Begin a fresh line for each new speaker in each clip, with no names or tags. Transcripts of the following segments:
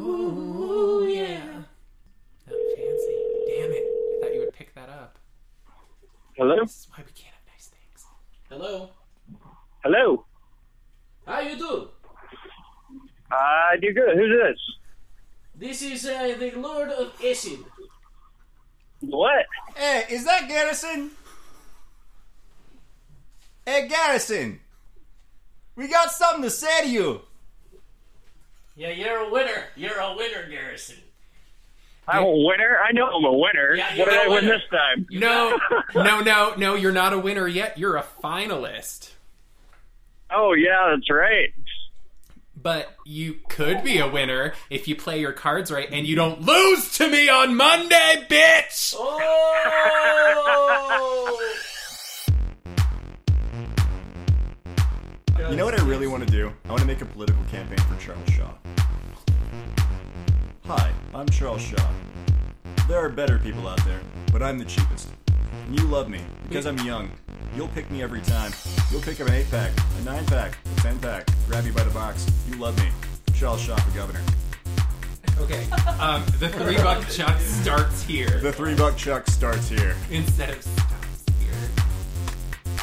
Ooh, yeah. That fancy. Damn it. I thought you would pick that up.
Hello?
This is why we can't have nice things. Hello.
Hello?
How you do?
I do Uh, good. Who's this?
This is uh, the Lord of Isid.
What?
Hey, is that Garrison? Hey, Garrison, we got something to say to you.
Yeah, you're a winner. You're a winner, Garrison.
I'm a winner? I know I'm a winner.
Yeah, you're
what did
a
I win
winner.
this time?
No, no, no, no, you're not a winner yet. You're a finalist.
Oh, yeah, that's right.
But you could be a winner if you play your cards right and you don't lose to me on Monday, bitch!
Oh!
You know what I really want to do? I want to make a political campaign for Charles Shaw. Hi, I'm Charles Shaw. There are better people out there, but I'm the cheapest. And you love me because I'm young. You'll pick me every time. You'll pick up an 8 pack, a 9 pack, a 10 pack, grab you by the box. You love me. Charles Shaw for governor.
Okay, um, the three buck chuck starts here
The three buck chuck starts here.
instead of stops here.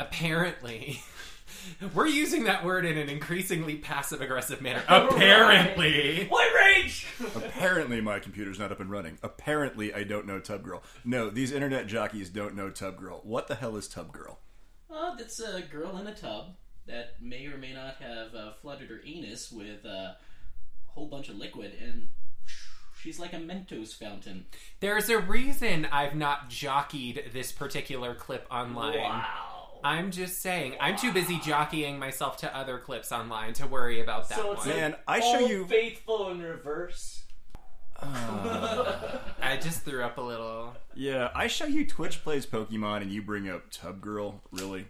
Apparently. We're using that word in an increasingly passive aggressive manner. Apparently.
White rage!
Apparently, my computer's not up and running. Apparently, I don't know Tub Girl. No, these internet jockeys don't know Tub Girl. What the hell is Tub Girl?
Uh, that's a girl in a tub that may or may not have uh, flooded her anus with uh, a whole bunch of liquid, and she's like a Mentos fountain.
There's a reason I've not jockeyed this particular clip online.
Wow.
I'm just saying, I'm too busy jockeying myself to other clips online to worry about that
So
one.
it's
Man, I show
Old
you.
faithful in reverse.
I just threw up a little.
Yeah, I show you Twitch plays Pokemon and you bring up Tub Girl. Really?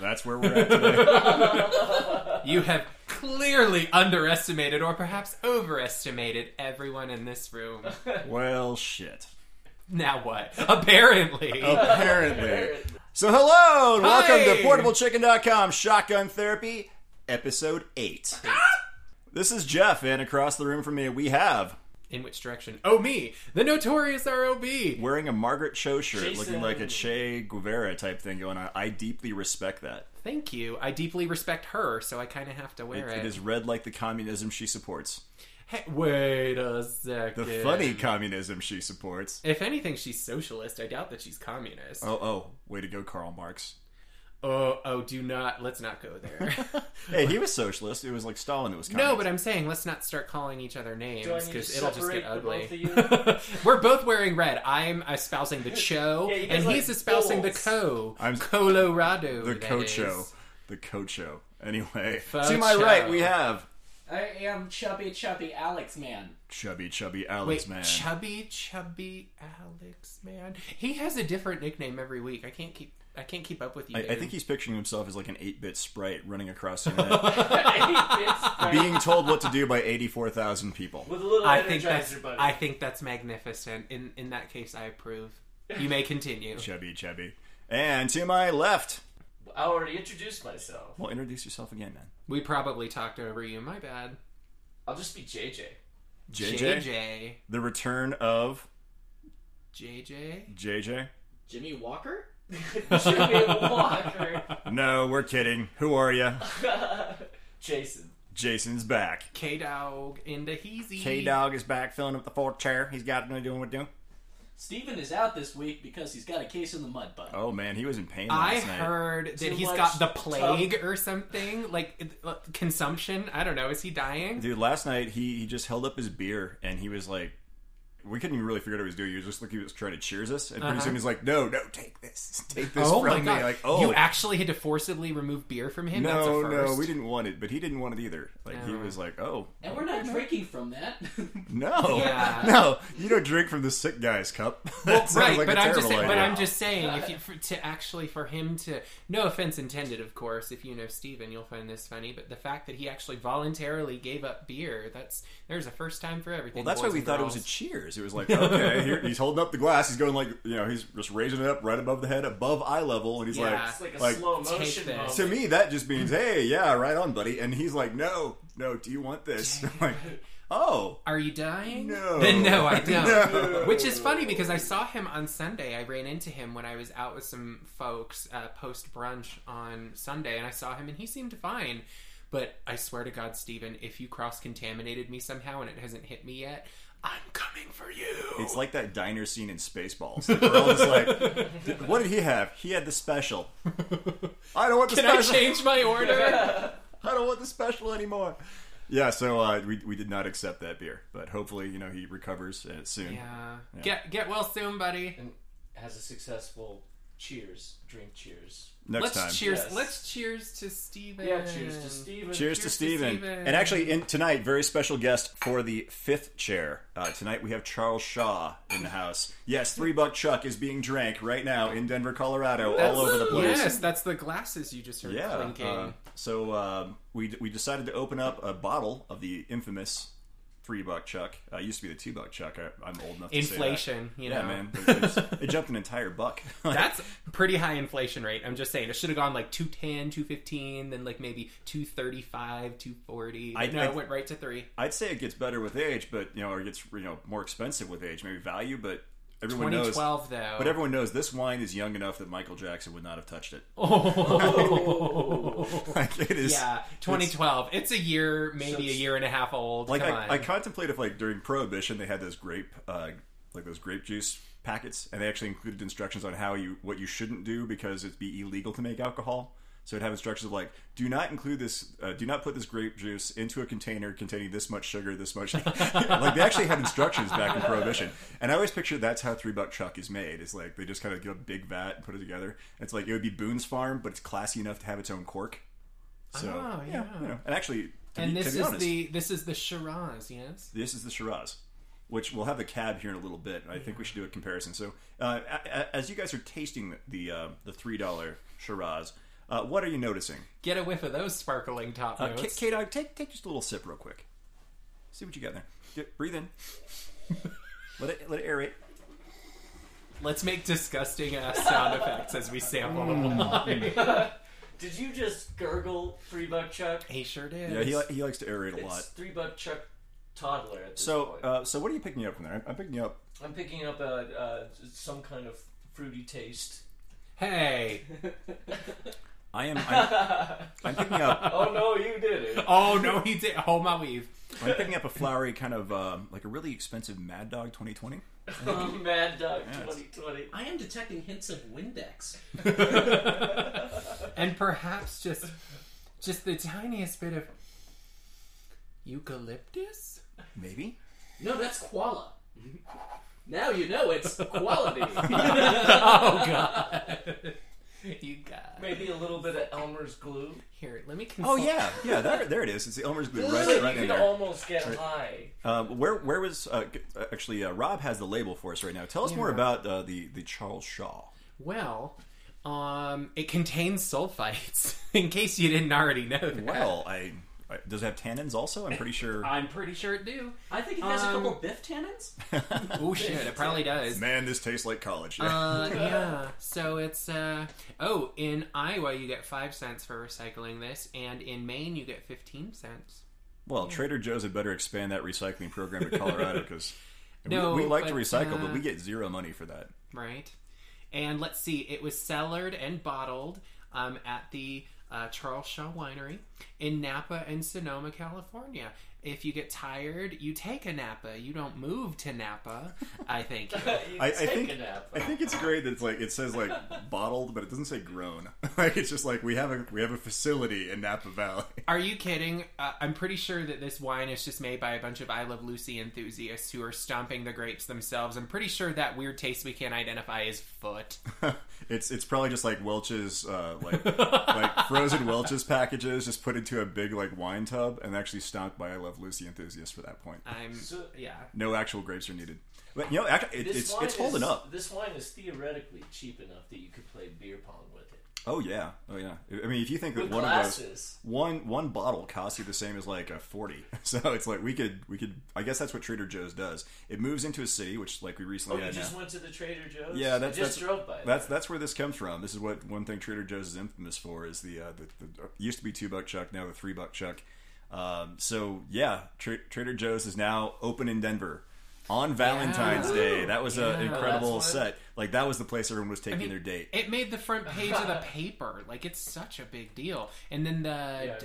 That's where we're at today.
You have clearly underestimated or perhaps overestimated everyone in this room.
well, shit.
Now what? Apparently.
Oh. Apparently. So, hello and welcome
Hi.
to PortableChicken.com Shotgun Therapy, Episode 8. this is Jeff, and across the room from me, we have
In which direction? Oh, me, the notorious ROB.
wearing a Margaret Cho shirt looking
Jason.
like a Che Guevara type thing going on. I deeply respect that.
Thank you. I deeply respect her, so I kind of have to
It,
wear it.
it is red like the communism she supports.
Hey, wait a
The
second.
funny communism she supports.
If anything, she's socialist. I doubt that she's communist.
Oh, oh, way to go, Karl Marx.
oh, oh, do not. Let's not go there.
Hey, he was socialist. It was like Stalin that was communist.
no, but I'm saying let's not start calling each other names
Do I need
because
to
it'll just get
separate the
ugly.
both
We're both wearing red. I'm espousing the Cho,
Yeah, you guys
and
like
he's espousing the
bulls.
Co.
I'm-
Colorado.
the
that
Cocho.
is.
The Cocho. Anyway,
Faux
to my
show.
right we have
I am chubby, chubby Alex man.
chubby, chubby Alex
Wait,
man.
chubby, chubby Alex man. He has a different nickname every week. I can't keep. I can't keep up with you.
I, I
dude.
think he's picturing himself as like an eight-bit sprite running across the internet,
It's-
being told what to do by eighty-four thousand people.
With a little
I
energizer
think that's.
buddy.
I think that's magnificent. In in that case, I approve. You may continue.
Chubby, chubby. And to my left,
I already introduced myself.
well, introduce yourself again, man.
We probably talked over you. My bad.
I'll just be JJ.
JJ,
JJ.
the return of
JJ?
JJ.
Jimmy Walker?
Jimmy Walker.
No, we're kidding. Who are you?
Jason.
Jason's back.
K Dog in the heezy.
K Dog is back filling up the fourth chair. He's got no doing what doing.
Steven is out this week because he's got a case in the mud bug.
Oh man, he was in pain
I
last night.
heard that
Too
he's
much
got the plague or something, like it- uh, consumption. I don't know. Is he dying?
Dude, last night he, he just held up his beer and he was like, we couldn't really figure out what he was doing. He was just like he was trying to cheers us, and pretty
Uh-huh.
soon he's like, "No, no, take this, take this
oh
from
my
me."
god!
Like, oh,
You actually had to forcibly remove beer from him. That's
no,
a first.
no, we didn't want it, but he didn't want it either. Like he
No.
was like, "Oh,
And we're not drinking from that.
no,
Yeah.
no, you don't drink from the sick guy's cup." That sounds
right,
like a
but I'm just
terrible
saying, but
idea.
I'm just saying, if you, for, to actually for him to, no offense intended, of course. If you know Steven, you'll find this funny. But the fact that he actually voluntarily gave up beer, that's there's a first time for everything.
Well, that's why
boys
we
and
thought it
girls.
was a cheers It was like, okay, here, he's holding up the glass. He's going like, you know, he's just raising it up right above the head, above eye level, and he's
Yeah.
It's like a
Like,
slow
take
motion.
this.
moment.
like, to me, that just means, hey, yeah, right on, buddy. And he's like, no, no, do you want this? I'm like, oh,
Are you dying?
No.
Then no, I don't.
No.
Which is funny because I saw him on Sunday. I ran into him when I was out with some folks uh, post brunch on Sunday, and I saw him, and he seemed fine. But I swear to God, Steven, if you cross contaminated me somehow and it hasn't hit me yet, I'm coming for you.
It's like that diner scene in Spaceballs. The girl is like, "Did- what did he have? He had the special. I don't want the
Can I
special.
change my order?
I don't want the special anymore. Yeah, so uh, we, we did not accept that beer, but hopefully, you know, he recovers uh, soon.
yeah. Get get well soon, buddy.
And has a successful cheers. Drink cheers.
Next
let's
time.
cheers.
Yes.
Let's cheers to Steven.
Yeah, cheers to Steven.
Cheers, to
Cheers to
Steven.
Steven.
And actually, in, tonight, very special guest for the fifth chair. Uh, tonight, we have Charles Shaw in the house. Yes, Three Buck Chuck is being drank right now in Denver, Colorado, all over the place.
Yes, that's the glasses you just heard
Yeah.
clinking.
uh, so um, we we decided to open up a bottle of the infamous three buck chuck. Uh, it used to be the two buck chuck. I, I'm old enough. to say that.
Inflation, you know.
Yeah, man. It, was- it jumped an entire buck.
That's pretty high inflation rate. I'm just saying. It should have gone like 210, 215, then like maybe 235, 240.
I-
no,
I-
it went right to 3.
I'd say it gets better with age, but you know, or it gets you know more expensive with age, maybe value, but everyone knows.
2012 though.
But everyone knows this wine is young enough that Michael Jackson would not have touched it.
Oh.
Like it is.
yeah, 2012. It's, a year, maybe a
Since-
year and a half old.
Like
Come
I,
on.
I contemplate if like during Prohibition they had those grape uh, like those grape juice packets and they actually included instructions on how you what you shouldn't do because it'd be illegal to make alcohol. So it'd have instructions of like do not include this uh, do not put this grape juice into a container containing this much sugar, this much like they actually had instructions back in Prohibition. And I always picture that's how three buck chuck is made. It's like they just kinda get a big vat and put it together. It's like it would be Boone's farm, but it's classy enough to have its own cork. So
Oh, yeah.
you know. and actually to
and
be,
this
to be
is
honest,
the this is the Shiraz, yes.
this is the Shiraz, which we'll have the cab here in a little bit. I think we should do a comparison. So, uh, a- a- as you guys are tasting the uh, the three dollar Shiraz, uh, what are you noticing?
Get a whiff of those sparkling top
Uh,
notes.
K Dog, take take just a little sip real quick. See what you got there. Get- breathe in. let it let it aerate.
Let's make disgusting ass sound effects as we sample them.
Mm.
Did you just gurgle three buck chuck?
He sure did.
Yeah, he, li- he likes to aerate a
It's
lot.
three buck chuck toddler at this
So,
point.
uh, so what are you picking up from there? I'm picking up.
I'm picking up a uh, some kind of fruity taste.
Hey.
I am. I'm, I'm picking up.
Oh no, you did it.
Oh no, he did. Oh my weave.
I'm picking up a flowery kind of um, like a really expensive Mad Dog 2020.
Mad Dog
Yes.
2020.
I am detecting hints of Windex.
and perhaps just just the tiniest bit of eucalyptus
Maybe.
No, that's koala. Now you know it's quality.
oh god you got it.
Maybe a little bit of Elmer's glue.
here let me consult.
Oh yeah, yeah. There, there it is. It's the Elmer's glue right,
Like,
right
you
in
could
there.
almost get high.
Um, where where was uh, g- uh, actually uh, Rob has the label for us right now. Tell us more
Rob.
about uh, the the Charles Shaw.
well um it contains sulfites in case you didn't already know that.
Well, I, I does it have tannins also? I'm pretty sure.
i'm pretty sure it do
I think it has a
Um,
couple biff tannins.
oh shit it probably does
Man, this tastes like college.
uh, yeah. So it's uh oh, in Iowa you get five cents for recycling this, and in Maine you get fifteen cents.
well, Trader Joe's had better expand that recycling program to Colorado because
No,
we, we like to
but,
recycle,
uh,
but we get zero money for that.
right? And let's see, it was cellared and bottled um, at the uh, Charles Shaw Winery in Napa and Sonoma, California. If you get tired, you take a Napa. You don't move to Napa. I thank you.
You
I, I
take
think
a nap.
I think it's great that it's like it says like bottled, but it doesn't say grown. like it's just like we have a we have a facility in Napa Valley.
Are you kidding? Uh, I'm pretty sure that this wine is just made by a bunch of I Love Lucy enthusiasts who are stomping the grapes themselves. I'm pretty sure that weird taste we can't identify is foot.
it's it's probably just like Welch's uh, like like frozen Welch's packages just put into a big like wine tub and actually stocked by I Love Lucy enthusiasts for that point.
I'm
So-
yeah.
No actual grapes are needed. But you know, actually, it,
This
it's
wine
it's holding
is-
up.
This wine is theoretically cheap enough that you could play beer pong with it.
Oh yeah, oh yeah. I mean, if you think that
With
one of those
glasses.
one one bottle costs you the same as like a forty, so it's like we could we could. I guess that's what Trader Joe's does. It moves into a city, which like we recently
Oh, you
had.
just
now.
went to the Trader Joe's?
Yeah, that's
I just
that's,
drove by. it.
That's that's where this comes from. This is what one thing Trader Joe's is infamous for is the uh, the, the used to be two buck chuck, now the three buck chuck. Um, so yeah, Tra- Trader Joe's is now open in Denver on Valentine's
Yeah.
Day. That was an
Yeah.
incredible
That's what-
set. Like that was the place everyone was taking
mean,
their date.
It made the front page of the paper. Like it's such a big deal. And then the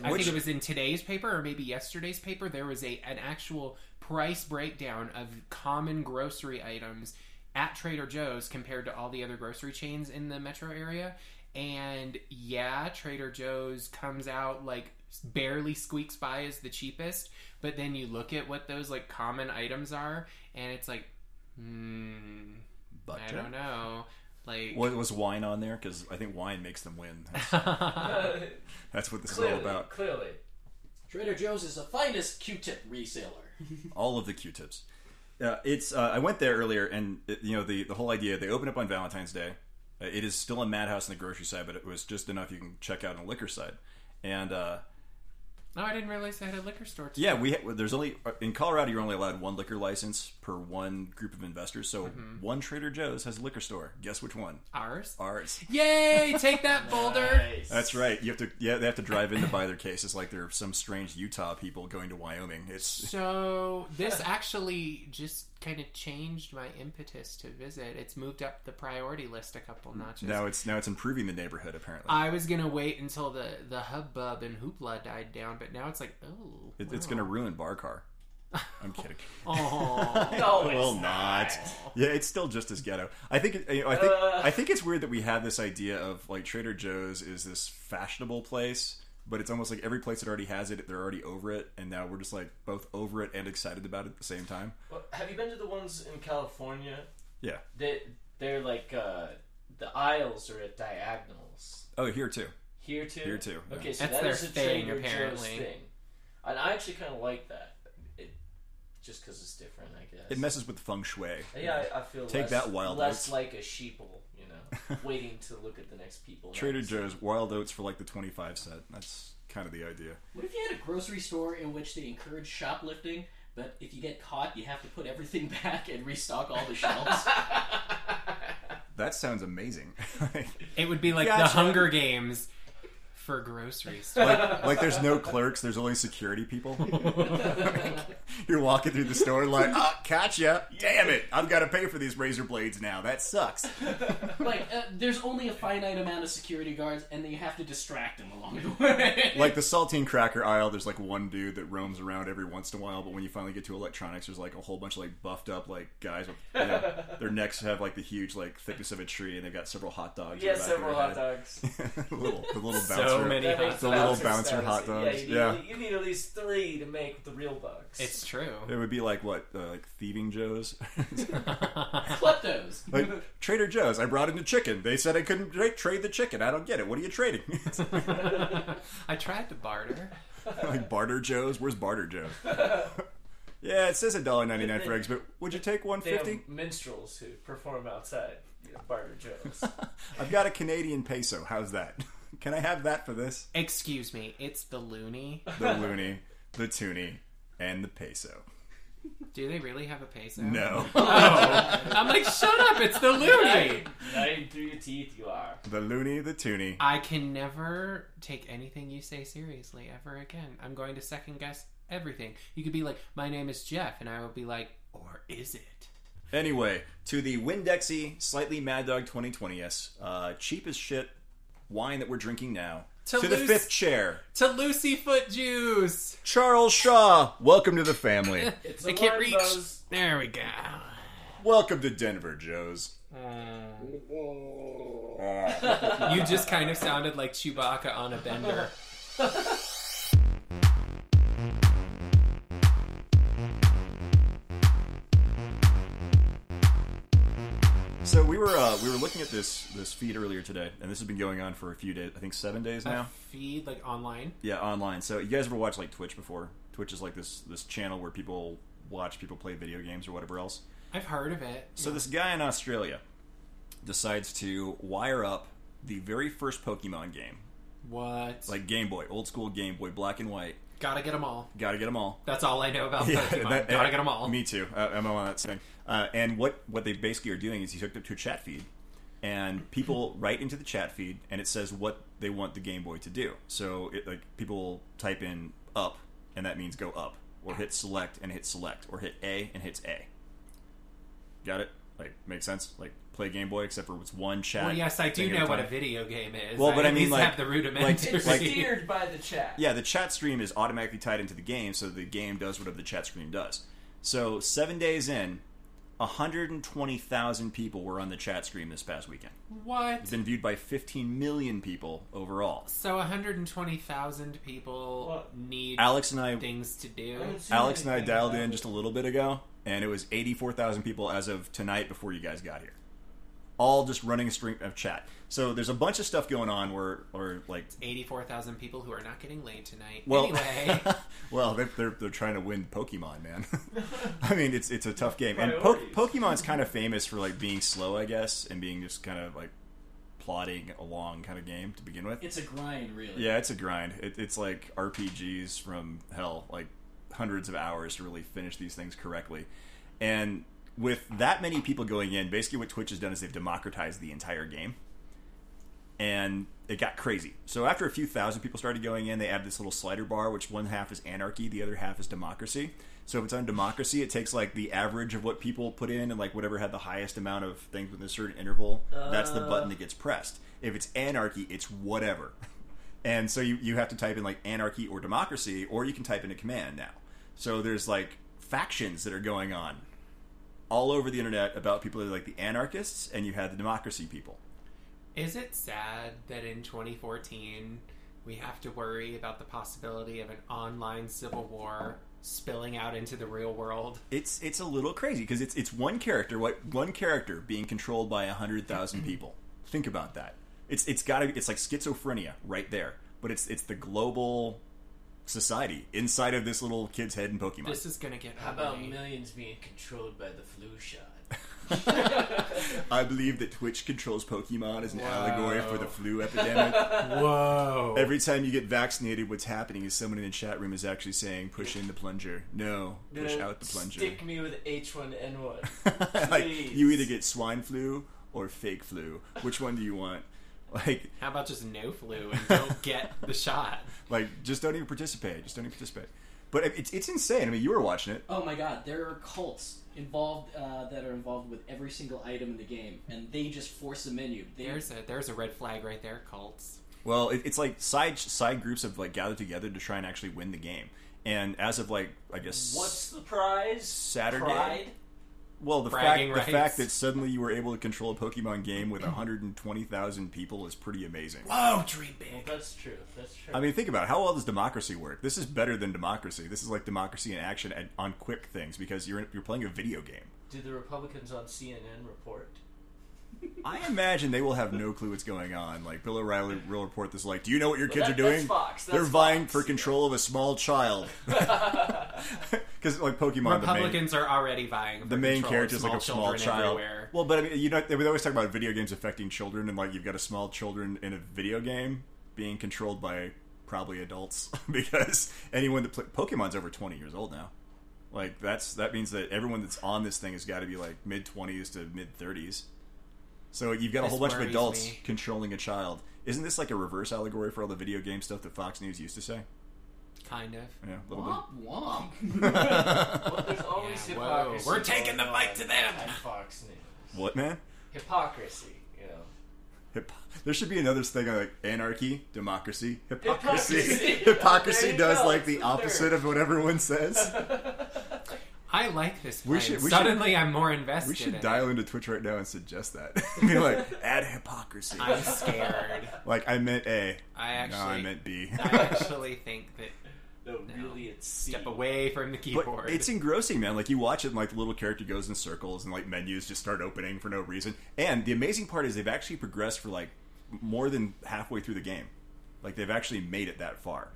I
Which-
think it was in today's paper or maybe yesterday's paper. There was a an actual price breakdown of common grocery items at Trader Joe's compared to all the other grocery chains in the metro area. And yeah, Trader Joe's comes out like barely squeaks by as the cheapest. But then you look at what those like common items are, and it's like, hmm,
But
I don't know. Like
Was, was wine on there? Because I think wine makes them win. That's,
Uh,
that's what this is all
clearly,
about.
clearly.
Trader Joe's is the finest Q-tip reseller.
all of the Q-tips. Uh, it's uh, I went there earlier, and uh, you know the the whole idea. They open up on Valentine's Day. Uh, it is still a madhouse on the grocery side, but it was just enough you can check out on the liquor side. And uh,
Oh, I didn't realize they had a liquor store. Too.
yeah, we ha- there's only uh, in Colorado you're only allowed one liquor license per one group of investors. So one Trader Joe's has a liquor store. Guess which one?
Ours.
Ours.
Yay! Take that, Boulder.
Nice.
That's right. You have to yeah they have to drive in to buy their cases like they're some strange Utah people going to Wyoming. It's
So this actually just kind of changed my impetus to visit. It's moved up the priority list a couple notches.
Mm, now it's now it's improving the neighborhood apparently.
I was gonna wait until the the hubbub and hoopla died down, but now it's like, oh,
It, It's
wow.
going to ruin bar car. I'm kidding.
Aw.
No, it's
Well, not. Yeah, it's still just as ghetto. I think. You know, I think.
Uh.
I think it's weird that we have this idea of like Trader Joe's is this fashionable place, but it's almost like every place that already has it, they're already over it, and now we're just like both over it and excited about it at the same time.
Well, have you been to the ones in California?
Yeah.
They, they're like, uh, the aisles are at diagonals.
Oh, here too.
Here too?
Here too, yeah.
Okay, so
That's
that
their
is a
thing,
Trader
apparently.
Joe's thing. And I actually kind of like that. It, just because it's different, I guess.
It messes with feng shui.
yeah, I, I feel
Take
less,
that, Wild
less
Oats.
like a sheeple, you know, waiting to look at the next people.
Trader
next.
Joe's wild oats for like the twenty five cent. That's kind of the idea.
What if you had a grocery store in which they encourage shoplifting, but if you get caught, you have to put everything back and restock all the shelves?
That sounds amazing.
it would be like the
Gotcha.
Hunger Games for grocery store.
like, like there's no clerks, there's only security people. You're walking through the store like, ah, gotcha. Damn it. I've got to pay for these razor blades now. That sucks.
like, uh, there's only a finite amount of security guards, and then you have to distract them along the way.
Like the saltine cracker aisle, there's like one dude that roams around every once in a while, but when you finally get to electronics, there's like a whole bunch of like buffed up like guys with you know, their necks have like the huge like thickness of a tree and they've got several hot dogs. in
Yeah,
the back of
several
their
hot dogs.
head. the little, the little bouncer.
so many.
That
hot
makes
The little
bouncer
bouncer
status.
hot dogs,
Yeah, you need, you need at least three to make the real bucks.
It's true.
It would be like what, uh, like thieving Joe's?
Kleptos.
Like Trader Joe's, I brought in the chicken. They said I couldn't tra- trade the chicken. I don't get it. What are you trading? It's
I tried to barter.
like Barter Joe's. Where's Barter Joe's? yeah, it says a dollar ninety nine for eggs, but would you take one
they have
fifty?
minstrels who perform outside you know, Barter Joe's.
I've got a Canadian peso. How's that? Can I have that for this?
Excuse me, it's the loony.
The loony, the toonie, and the peso.
Do they really have a peso?
No,
I'm like, shut up, it's the loony.
Nine through your teeth, you are.
the loony, the toonie.
I can never take anything you say seriously ever again. I'm going to second guess everything. You could be like, my name is Jeff, and I will be like, or is it?
Anyway, to the Windexy Slightly Mad Dog 2020s, uh, cheap as shit wine that we're drinking now.
To
to the
Luce-
fifth chair,
To Lucy Foot Juice!
Charles Shaw. Welcome to the family.
It's
I
a
can't
line,
reach.
Buzz.
There we go.
Welcome to Denver, Joe's.
Hmm.
You just kind of sounded like Chewbacca on a bender.
So we were uh, we were looking at this this feed earlier today, and this has been going on for a few days. I think seven days now.
Feed, like online.
Yeah, online. So you guys ever watched like Twitch before? Twitch is like this this channel where people watch people play video games or whatever else.
I've heard of it.
So this guy in Australia decides to wire up the very first Pokemon game,
What?
like Game Boy, old school Game Boy, black and white.
gotta get them all.
Got to get them all.
That's all I know about Pokemon.
that-
gotta get them all.
Me too. Uh, I'm on that thing. Uh, and what what they basically are doing is you hooked up to a chat feed, and people
Mm-hmm.
write into the chat feed, and it says what they want the Game Boy to do. So it, like people type in up, and that means go up, or hit select and hit select, or hit A and hits A. Got it? Like makes sense? Like play Game Boy except for it's one chat.
Well, yes, I do
thing at
know what a
time.
video game is.
Well, but
I
I
at
mean,
least
like-
have the rudimentary.
like-
It's
like-
steered by the chat.
Yeah, the chat stream is automatically tied into the game, so the game does whatever the chat stream does. So seven days in, 120,000 people were on the chat stream this past weekend. It's
what?
been viewed by 15 million people overall.
So 120,000 people
What?
need
Alex and I,
things to do.
I'm assuming
Alex and I
anything
dialed
about
in
it.
just a little bit ago, and it was 84,000 people as of tonight before you guys got here. All just running a stream of chat. So there's a bunch of stuff going on where, or like,
84,000 people who are not getting laid tonight.
Well,
anyway,
well, they're, they're they're trying to win Pokemon, man. I mean, it's it's a tough game, and po-
Priorities.
Pokemon's kind of famous for like being slow, I guess, and being just kind of like plodding along kind of game to begin with.
It's a grind, really.
yeah, it's a grind. It, it's like RPGs from hell, like hundreds of hours to really finish these things correctly, and with that many people going in, basically what Twitch has done is they've democratized the entire game and it got crazy. So after a few thousand people started going in, they added this little slider bar, which one half is anarchy, the other half is democracy. So if it's on democracy, it takes like the average of what people put in and like whatever had the highest amount of things within a certain interval. that's the button that gets pressed. If it's anarchy, it's whatever. And so you, you have to type in like anarchy or democracy, or you can type in a command now. So there's like factions that are going on all over the internet about people that are like the anarchists and you had the democracy people.
is it sad that in 2014 we have to worry about the possibility of an online civil war spilling out into the real world?
it's it's a little crazy because it's it's one character what one character being controlled by a hundred thousand people. Think about that. It's it's got to it's like schizophrenia right there. But it's it's the global society inside of this little kid's head in Pokemon.
This is going to get
How about
ugly.
millions being controlled by the flu shot?
I believe that Twitch controls Pokemon as an
Wow.
allegory for the flu epidemic.
Whoa.
Every time you get vaccinated, what's happening is someone in the chat room is actually saying, "Push in the plunger." No, push
No,
out the plunger.
Stick me with H1N1.
like
Please.
you either get swine flu or fake flu. Which one do you want? Like
How about just no flu and don't get the shot?
Like, just don't even participate. Just don't even participate. But it- it's, it's insane. I mean, you were watching it.
Oh my god, there are cults involved uh, that are involved with every single item in the game, and they just force a menu. There's
There's a there's a red flag right there, cults.
Well, it, it's like side side groups have like gathered together to try and actually win the game. And as of like, I guess
What's the prize?
Saturday?
Pride?
well the fact
bragging
the
rights?
fact that suddenly you were able to control a Pokemon game with 120,000 people is pretty amazing.
Whoa, Oh, dream
Well,
big.
that's true. That's true.
I mean, think about it. How well does democracy work? This is better than democracy. This is like democracy in action at, on quick things because you're you're playing a video game.
Did the Republicans on CNN report?
I imagine they will have no clue what's going on. Like Bill O'Reilly will report this, like, "Do you know what your kids
that-
are doing?
that's Fox, that's
They're vying
Fox,
for
yeah.
control of a small child." Because like Pokemon, the main,
Republicans are already vying. For
the main
control
character
of
is like a small
children
child.
Everywhere.
Well, but I mean, you know, they would always talk about video games affecting children, and like you've got a small children in a video game being controlled by probably adults because anyone that play Pokemon's over twenty years old now. Like that's that means that everyone that's on this thing has got to be like mid twenties to mid thirties. So you've got a
This
whole bunch of
worries
adults
me.
controlling a child. Isn't this like a reverse allegory for all the video game stuff that Fox News used to say?
Kind of.
Yeah, a little
womp womp.
bit.
Well, there's always
Yeah, whoa.
hypocrisy.
We're taking the
going
fight
on
to them.
on Fox News.
what man?
Hypocrisy, you know.
Hip- there should be another thing like anarchy, democracy, hypocrisy. Hypocrisy,
Hypocrisy. There you
does
go,
like
it's
the
the
opposite
third.
of what everyone says.
I like this.
We
Plan.
should- we should-
Suddenly, I'm more invested.
We should
in
dial into Twitch right now and suggest that. be like, add hypocrisy.
It. I'm scared.
like I meant A.
I actually,
no, I meant B.
I actually think that
No, really, it's C.
step away from the
But
keyboard.
it's e- engrossing, man. Like you watch it, and like the little character goes in circles, and like menus just start opening for no reason. And the amazing part is they've actually progressed for like more than halfway through the game. Like they've actually made it that far.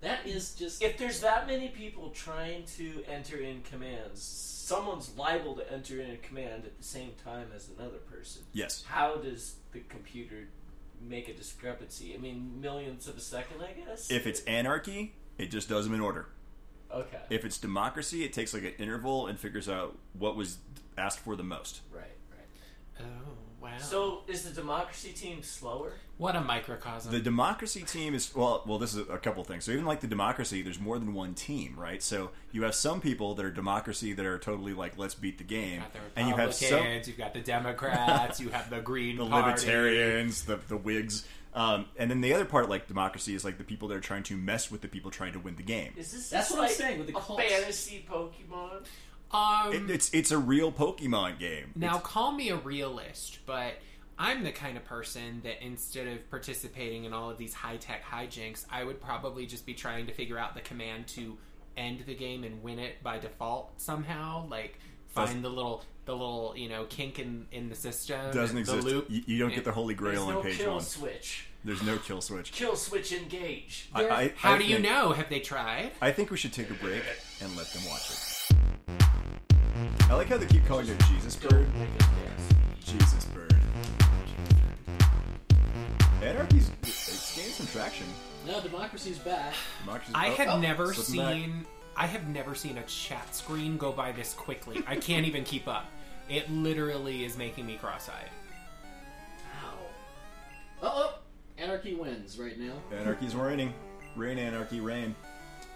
that that is just
If there's that many people trying to enter in commands, someone's liable to enter in a command at the same time as another person.
Yes.
How does the computer make a discrepancy? I mean, millions of a second, I guess.
If it's anarchy, it just does them in order.
okay,
If it's democracy, it takes like an interval and figures out what was asked for the most.
right, right.
Oh wow!
So is the democracy team slower?
what a microcosm.
The democracy team is well. Well, this is a couple things. So even like the democracy, there's more than one team, right? So you have some people that are democracy that are totally like let's beat the game,
Got the
and you have some
Republicans, you've got the Democrats, you have the Green
the
Party.
libertarians, the the Whigs, um, and then the other part like democracy is like the people that are trying to mess with the people trying to win the game.
Is this
That's
just
what I'm
like
saying with the
a
cults.
fantasy Pokemon?
Um,
It, it's it's a real Pokemon game.
Now, call me a realist, but I'm the kind of person that instead of participating in all of these high tech hijinks, I would probably just be trying to figure out the command to end the game and win it by default somehow. Like find the little the little you know kink in in the system
It doesn't
the
exist.
loop.
You, you don't
Yeah.
get the Holy
There's
Grail on
no
page
kill
one.
switch.
There's no kill switch.
Kill switch engage.
I, I,
How
I
do you
think-
know? Have they tried?
I think we should take a break and let them watch it. I like how they keep calling it Jesus Bird.
Don't make us dance.
Jesus Bird. Anarchy's it's gained some traction.
no democracy's back.
Democracy's-
I
oh,
have
oh,
never
slipping back.
seen. I have never seen a chat screen go by this quickly. I can't even keep up. It literally is making me cross-eyed.
Wow. Uh oh, anarchy wins right now.
Anarchy's reigning. Reign anarchy, reign.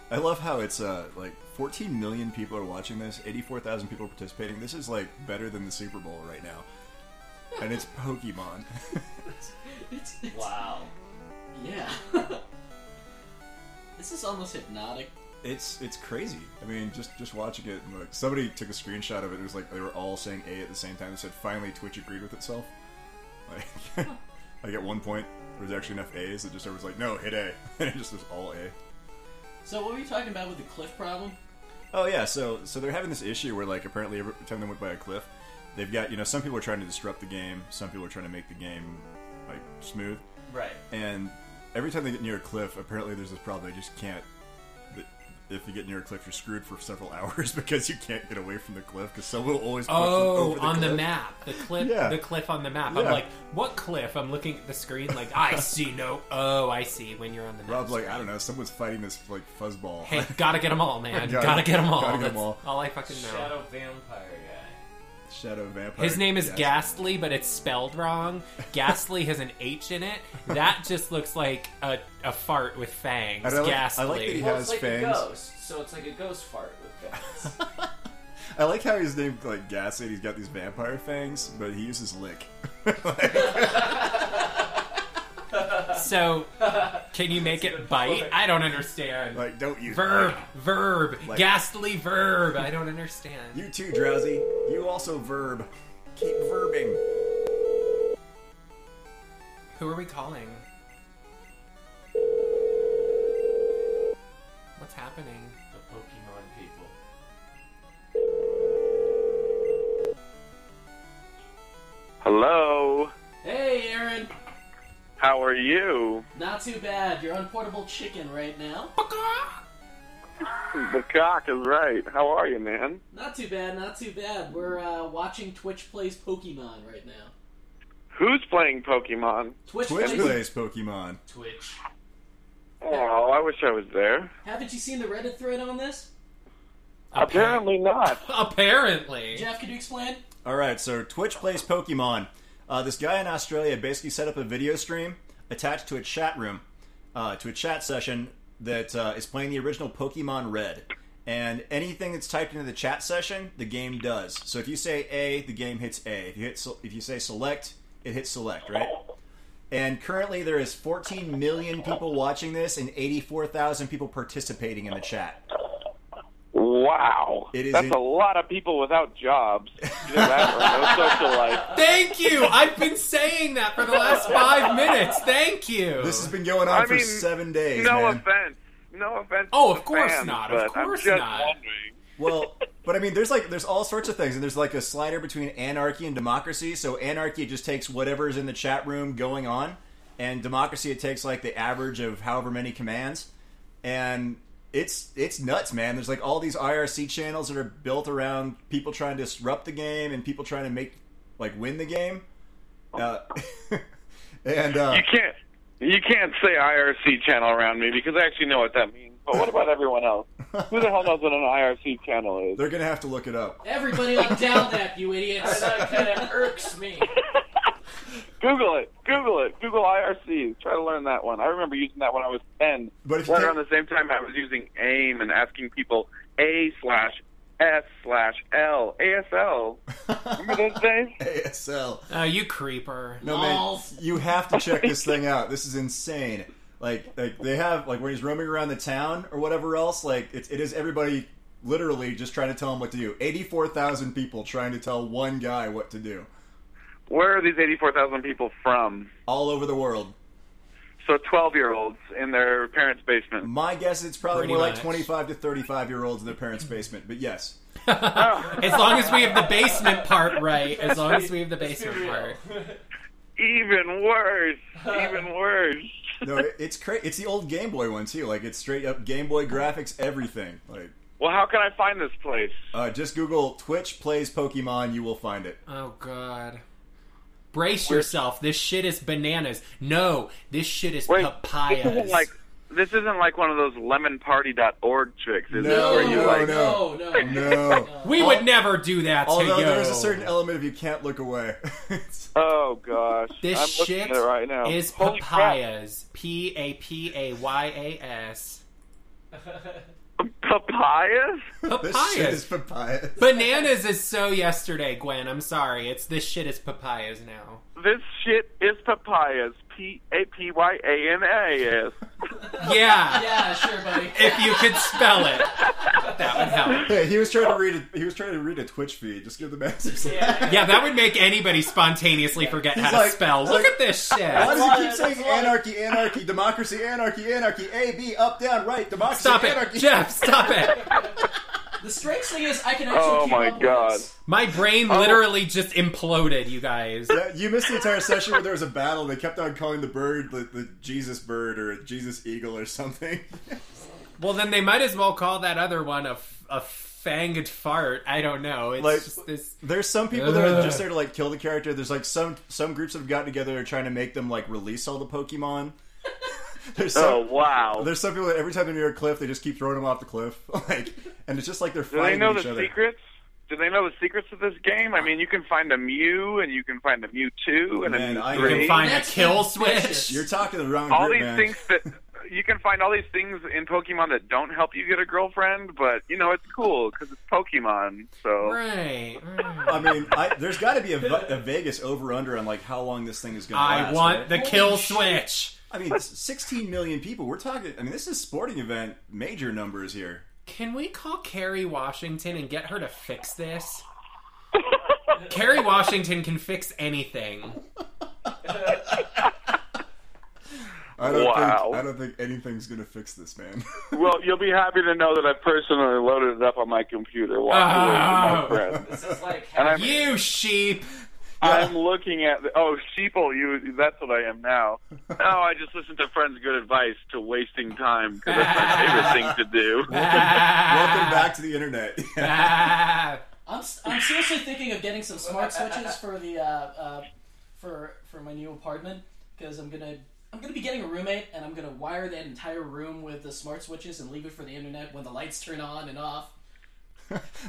I love how it's uh like 14 million people are watching this, 84,000 people are participating. This is like better than the Super Bowl right now. And it's Pokemon.
It's, it's
Wow.
yeah. this is almost hypnotic.
It's it's crazy. I mean, just just watching it, and, like somebody took a screenshot of it. It was like they were all saying A at the same time. It said finally Twitch agreed with itself. Like, like at one point there was actually enough A's that just everyone's like, no, hit A, and it just was all A.
So what were you talking about with the cliff problem?
Oh yeah, so so they're having this issue where like apparently every time they went by a cliff, they've got you know some people are trying to disrupt the game, some people are trying to make the game like smooth,
Right.
and every time they get near a cliff, apparently there's this problem. They just can't. that If you get near a cliff, you're screwed for several hours because you can't get away from the cliff because someone will always push them
Oh,
over
on the
cliff.
map, the cliff,
Yeah.
the cliff on the map. I'm
Yeah.
like, what cliff? I'm looking at the screen, like, I see no. Oh, I see. When you're on the map,
Rob's like, I don't know, someone's fighting this like fuzzball.
hey, gotta get them all, man.
Gotta-
gotta, get them all.
gotta get 'em
That's
all.
I fucking know.
Shadow vampire guy.
Shadow vampire.
His name is
Yes.
Ghastly, but it's spelled wrong. Ghastly has an H in it. That just looks like a, a fart with fangs.
And I like- I
Ghastly.
like that he
well,
has
it's like a
fangs.
ghost, so it's like a ghost fart with fangs.
I like how he's named like Gas and he's got these vampire fangs, but he uses lick. Like,
So, can you make it bite? I don't understand.
like, don't use
verb,
lick.
verb,
Like-
ghastly verb. I don't understand.
You too, drowsy. You also verb. Keep verbing.
Who are we calling? What's happening?
the Pokemon people.
Hello.
Hey, Aaron.
How are you?
Not too bad. You're on portable chicken right now.
The cock is right. How are you, man?
Not too bad. Not too bad. We're uh, watching Twitch plays Pokemon right now.
Who's playing Pokemon?
Twitch,
Twitch
plays.
plays Pokemon.
Twitch.
Oh, I wish I was there.
Haven't you seen the Reddit thread on this?
Apparently not.
Apparently.
Jeff, could you explain?
All right, so Twitch plays Pokemon. Uh, this guy in Australia basically set up a video stream attached to a chat room, uh, to a chat session that uh, is playing the original Pokemon Red. And anything that's typed into the chat session, the game does. So if you say A, the game hits A. If you hit, se- if you say select, it hits select, right? And currently, there is 14 million people watching this and 84,000 people participating in the chat.
Wow.
It is
That's
in-
a lot of people without jobs. Either that or no social life.
Thank you! I've been saying that for the last five minutes. Thank you.
This has been going on
I
for
mean,
seven days.
No
man.
offense. No offense.
Oh,
to
of
the
course
fans,
not, of
but I'm
course
just
not.
wondering.
Well, but I mean, there's like there's all sorts of things, and there's like a slider between anarchy and democracy. So anarchy just takes whatever's in the chat room going on, and democracy it takes like the average of however many commands. and it's it's nuts, man. There's like all these IRC channels that are built around people trying to disrupt the game and people trying to make like win the game. Uh, and uh,
You can't you can't say IRC channel around me because I actually know what that means. But what about everyone else? Who the hell knows what an IRC channel is?
they're gonna have to look it up.
Everybody will down that, you idiots.
That kind of irks me.
Google it. Google it. Google IRC. Try to learn that one. I remember using that when I was ten.
But if you
right
think-
around the same time I was using AIM and asking people A slash S slash L ASL. Remember those days?
ASL.
Oh, you creeper.
No man,
Lols.
you have to check this thing out. This is insane. Like, like they have like when he's roaming around the town or whatever else. Like, it, it is everybody literally just trying to tell him what to do. Eighty-four thousand people trying to tell one guy what to do
Where are these eighty-four thousand people from?
all over the world.
So twelve-year-olds in their parents' basement.
My guess is it's probably
Pretty
more like
much.
twenty-five to thirty-five year olds in their parents' basement. But yes,
As long as we have the basement part right. As long as we have the
Let's be
basement
real.
part.
Even worse. Even worse.
no, it, it's cra- It's the old Game Boy one too. Like, it's straight up Game Boy graphics, everything. Like,
Well, how can I find this place?
uh, just Google Twitch plays Pokemon. You will find it.
Oh god. Brace yourself. This shit is bananas. No, this shit is
Wait,
papayas.
this isn't like this isn't like one of those lemonparty.org tricks, is
No,
it? Where Oh, you
no,
like
no, no,
No.
we
oh.
would never do that to
Although
you.
there's a certain element of you can't look away.
Oh gosh.
this
I'm looking
shit
at it right now.
is
Holy
papayas. P A P A Y A S.
crap. Papayas?
this shit
Papayas.
is papayas.
Bananas is so yesterday, Gwen. I'm sorry. It's this shit is papayas now.
This shit is papayas. P A P Y A N A S.
Yeah.
Yeah, sure, buddy.
If you could spell it, that would help.
Hey, he was trying to read. A, he was trying to read a Twitch feed. Just give the man some slack.
Yeah.
Yeah, that would make anybody spontaneously forget how to
like-
spell.
he's
Look
like-
at this shit.
Why does he keep
That's
saying
why-
anarchy, anarchy, democracy, anarchy, anarchy? A B up, down, right, democracy,
Stop it,
anarchy.
Jeff. Stop it.
The strange thing is, I can actually.
Oh
keep
my
up with
God.
this.
My brain literally just imploded, you guys.
Oh. Yeah, you missed the entire session where there was a battle. They kept on calling the bird the, the Jesus bird or Jesus eagle or something.
Well, then they might as well call that other one a, f- a fanged fart. I don't know. It's
Like-
just this.
There's some people that are
Ugh.
just there to like kill the character. There's like some some groups that have gotten together that are trying to make them like release all the Pokemon. There's some,
Oh wow.
There's some people that every time they're near a cliff, they just keep throwing them off the cliff, like, and it's just like they're
Do they
fighting
know
each
the
other.
secrets? Do they know the secrets of this game? I mean, you can find a Mew, and you can find a Mew two, and
Man,
a Mew
I-
You
three.
can find a
That's
kill
suspicious.
switch.
You're talking to the wrong
all
group,
these
man.
things that you can find all these things in Pokemon that don't help you get a girlfriend, but you know it's cool because it's Pokemon. So
Right. Mm. right.
I mean, I, there's got to be a, Ve- a Vegas over under on like how long this thing is going to
I
last.
want
right?
the kill switch.
I mean, 16 million people. We're talking. I mean, this is sporting event major numbers here.
Can we call Carrie Washington and get her to fix this? Carrie Washington can fix anything.
I don't
Wow.
think I don't think anything's going to fix this, man.
Well, you'll be happy to know that I personally loaded it up on my computer while
Ah.
I was with my friend.
This is like
And
half
I'm,
You sheep.
I'm looking at the, oh sheeple, you that's what I am now. No, I just listened to friends' good advice to wasting time because that's my favorite thing to do.
Welcome back to the internet.
Ah.
I'm, s- I'm seriously thinking of getting some smart switches for the uh, uh, for for my new apartment because I'm gonna I'm gonna be getting a roommate and I'm gonna wire that entire room with the smart switches and leave it for the internet when the lights turn on and off.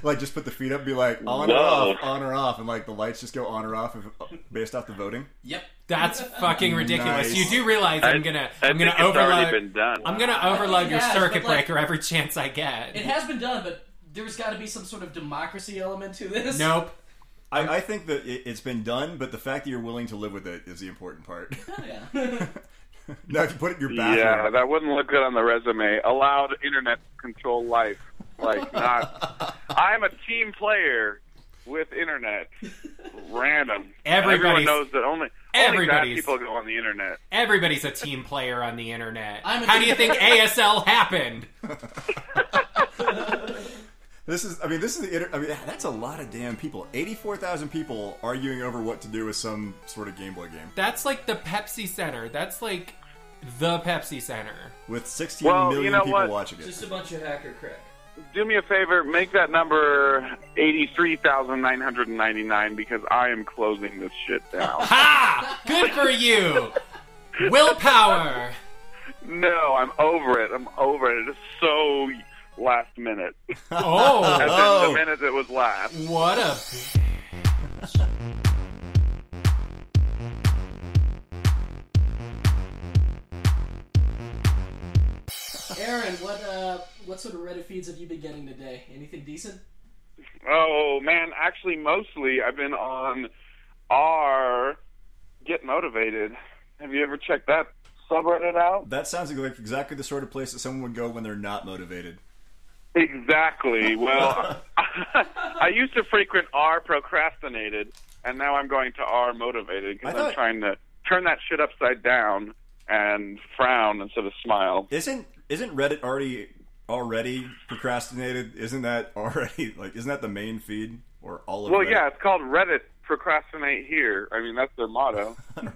like, just put the feet up, be like on or
Whoa.
off, on or off, and like the lights just go on or off of, based off the voting.
Yep.
That's fucking ridiculous.
Nice.
You do realize I'm gonna
I
I'm gonna
think it's
overload
already been done.
I'm gonna overload
it
your
has,
circuit
but, like-
breaker every chance I get.
It has been done, but there's got to be some sort of democracy element to this.
Nope.
I, I think that it, it's been done, but the fact that you're willing to live with it is the important part.
Yeah.
now, if you put it in your
Yeah,
bathroom,
that wouldn't look good on the resume. Allowed internet to control life. Like not I'm a team player with internet. Random. Everyone
Everybody's-
knows that only only bad
everybody's-
people go on the internet.
Everybody's a team player on the internet.
I'm a
How do
team
you think ASL happened?
this is. I mean, this is the. Inter- I mean, that's a lot of damn people. Eighty-four thousand people arguing over what to do with some sort of Game Boy game.
That's like the Pepsi Center. That's like the Pepsi Center.
with 16 million
Well, you know
people
what?
watching it.
Just a bunch of hacker crack.
Do me a favor, make that number 83,999 because I am closing this shit down.
Ha! Good for you. Willpower.
no, I'm over it. I'm over it. It is so last minute.
Oh,
As
Oh.
in the minute it was last.
what a
Aaron, what uh, what sort of Reddit feeds have you been getting today? Anything decent?
Oh man, actually, mostly I've been on R. Get motivated. Have you ever checked that subreddit out?
That sounds like exactly the sort of place that someone would go when they're not motivated.
Exactly. Well, I used to frequent R procrastinated, and now I'm going to R motivated
I
because
thought-
I'm trying to turn that shit upside down and frown instead of smile.
Isn't isn't Reddit already already procrastinated? Isn't that already like isn't that the main feed or all of
Well,
Reddit?
yeah, it's called Reddit procrastinate here. I mean, that's their motto. well,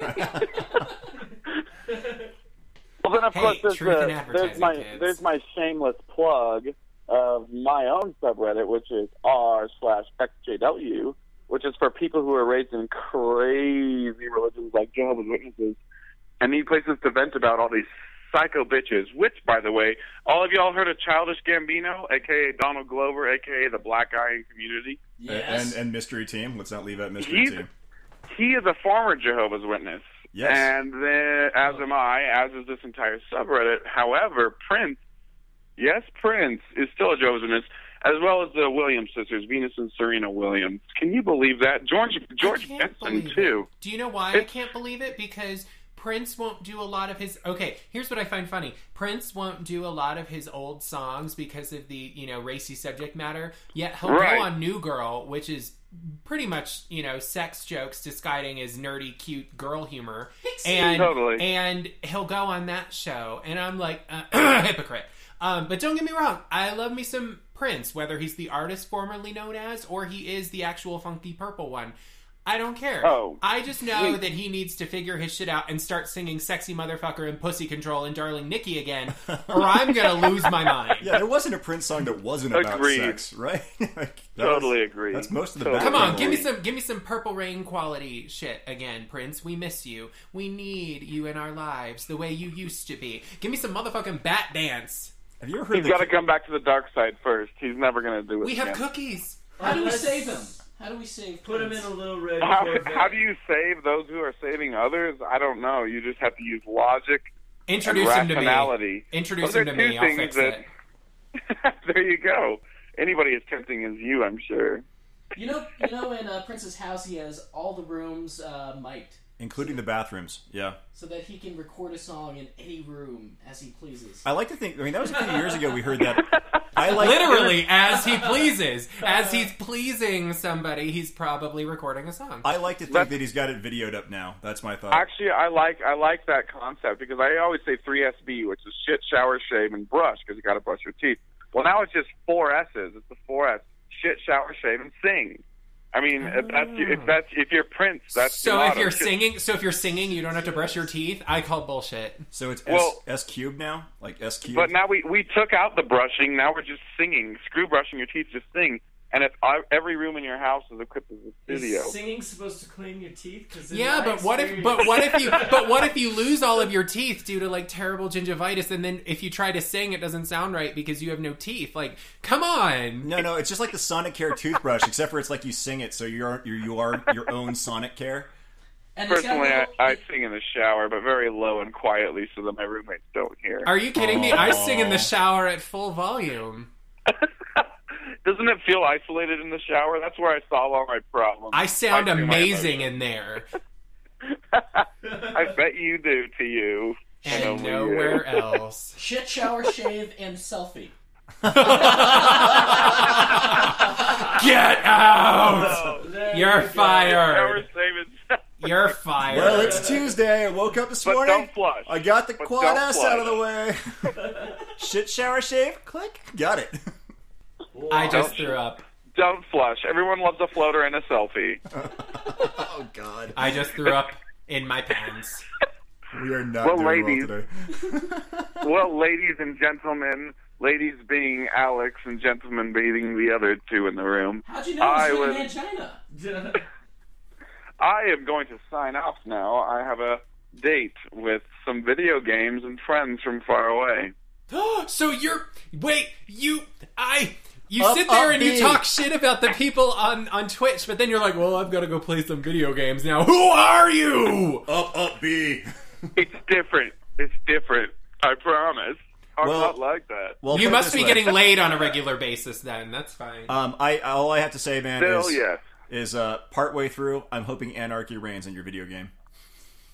then of
Hey,
course there's,
truth in
the,
advertising,
there's my
kids.
there's my shameless plug of my own subreddit, which is r slash xjw, which is for people who are raised in crazy religions like Jehovah's Witnesses and need places to vent about all these psycho bitches. Which, by the way, all of y'all heard of Childish Gambino, aka Donald Glover, aka the Black Guy in Community.
A- and and mystery team. Let's not leave out mystery
He's-
team.
he is a former Jehovah's Witness.
Yes.
And then, as am I, as is this entire subreddit. However, Prince, yes, Prince is still a Jehovah's Witness, as well as the Williams sisters, Venus and Serena Williams. Can you believe that? George George
I can't
Benson
believe it.
too.
Do you know why I can't believe it? Because Prince won't do a lot of his. Okay, here's what I find funny. Prince won't do a lot of his old songs because of the you know racy subject matter. Yet he'll
Right.
go on New Girl, which is pretty much you know sex jokes disguising as nerdy, cute girl humor, and
Totally.
and he'll go on that show, and I'm like uh, hypocrite. Um, but don't get me wrong, I love me some Prince, whether he's the artist formerly known as or he is the actual funky purple one. I don't care.
Oh.
I just know that he needs to figure his shit out and start singing "Sexy Motherfucker" and "Pussy Control" and "Darling Nikki" again, or I'm gonna lose my mind.
Yeah, there wasn't a Prince song that wasn't about
Agreed.
sex, right? Like, that
Totally
was-
agree.
That's most of the
Totally.
best
Come on,
memories.
give me some, give me some Purple Rain quality shit again, Prince. We miss you. We need you in our lives the way you used to be. Give me some motherfucking bat dance.
Have you ever heard
He's
the
got to come back to the dark side first. He's never going to do it.
We have
again.
cookies.
How do we
Uh, Let's
save him? How do we save?
Put him in
Prince?
a little red
How,
Corvette.
how do you save those who are saving others? I don't know. You just have to use logic
Introduce him
and
to me.
rationality.
Introduce
Those
him
are
to
two
me. I'll
things
fix
that-
it.
there you go. Anybody as tempting as you, I'm sure.
You know, you know, in uh, Prince's house, he has all the rooms uh, mic'd
including the bathrooms? Yeah.
so that he can record a song in any room as he pleases.
I like to think. I mean, that was a few years ago. We heard that. I like
Literally, as he pleases, as he's pleasing somebody, he's probably recording a song.
I like to think
That's-
that he's got it videoed up now. That's my thought.
Actually, I like I like that concept because I always say 3SB, which is shit, shower, shave, and brush because you got to brush your teeth. Well, now it's just four S's. It's the four S: shit, shower, shave, and sing. I mean, if that's if that's if you're Prince, that's
so
your
if
motto.
you're
Shit,
singing, so if you're singing, you don't have to brush your teeth. I call bullshit.
so it's
well-
S, S cubed now, like S cubed.
But now we we took out the brushing. Now we're just singing. Screw brushing your teeth. Just sing. And if I, every room in your house is equipped with a
Is
studio,
singing supposed to clean your teeth? 'Cause in
Yeah,
my
but what if
experience-
but what if you but what if you lose all of your teeth due to like terrible gingivitis and then if you try to sing it doesn't sound right because you have no teeth? Like, come on.
no, no, it's just like the Sonic Care toothbrush, except for it's like you sing it, so you're you're you are your own Sonic Care.
And it's gotta
personally, I,
go-
I sing in the shower, but very low and quietly, so that my roommates don't hear.
Are you kidding me? I sing in the shower at full volume.
Doesn't it feel isolated in the shower? That's where I solve all my problems.
I sound
do my
amazing in there
emotions. I bet you do to you.
and
only you.
nowhere else.
shit, shower, shave, and selfie.
Get
Oh,
out.
There
You're
you go.
fired.
Shower savings.
You're fired.
Well, it's Tuesday. I woke up this
But
morning.
don't flush.
I got the
But
quad
don't
S
flush.
out of the way. Shit, shower, shave, click. Got it.
I just threw up.
Don't flush. Everyone loves a floater and a selfie.
oh God.
I just threw up in my pants.
We are not
Well,
doing
ladies.
well today.
well, ladies and gentlemen, ladies being Alex and gentlemen being the other two in the room,
How'd you know it was
I
really
was-
Mad China?
I am going to sign off now. I have a date with some video games and friends from far away.
so you're wait you I you
Up,
sit there
up,
and
B.
you talk shit about the people on on Twitch, but then you're like, well, I've got to go play some video games now. Who are you?
up, up, B.
It's different. It's different. I promise. I'm
Well-
not like that.
Well, put
You
it
must
this
be
way.
getting laid on a regular basis. Then that's fine.
Um, I all I have to say, man,
Still,
is
yes.
is uh, partway through, I'm hoping anarchy reigns in your video game.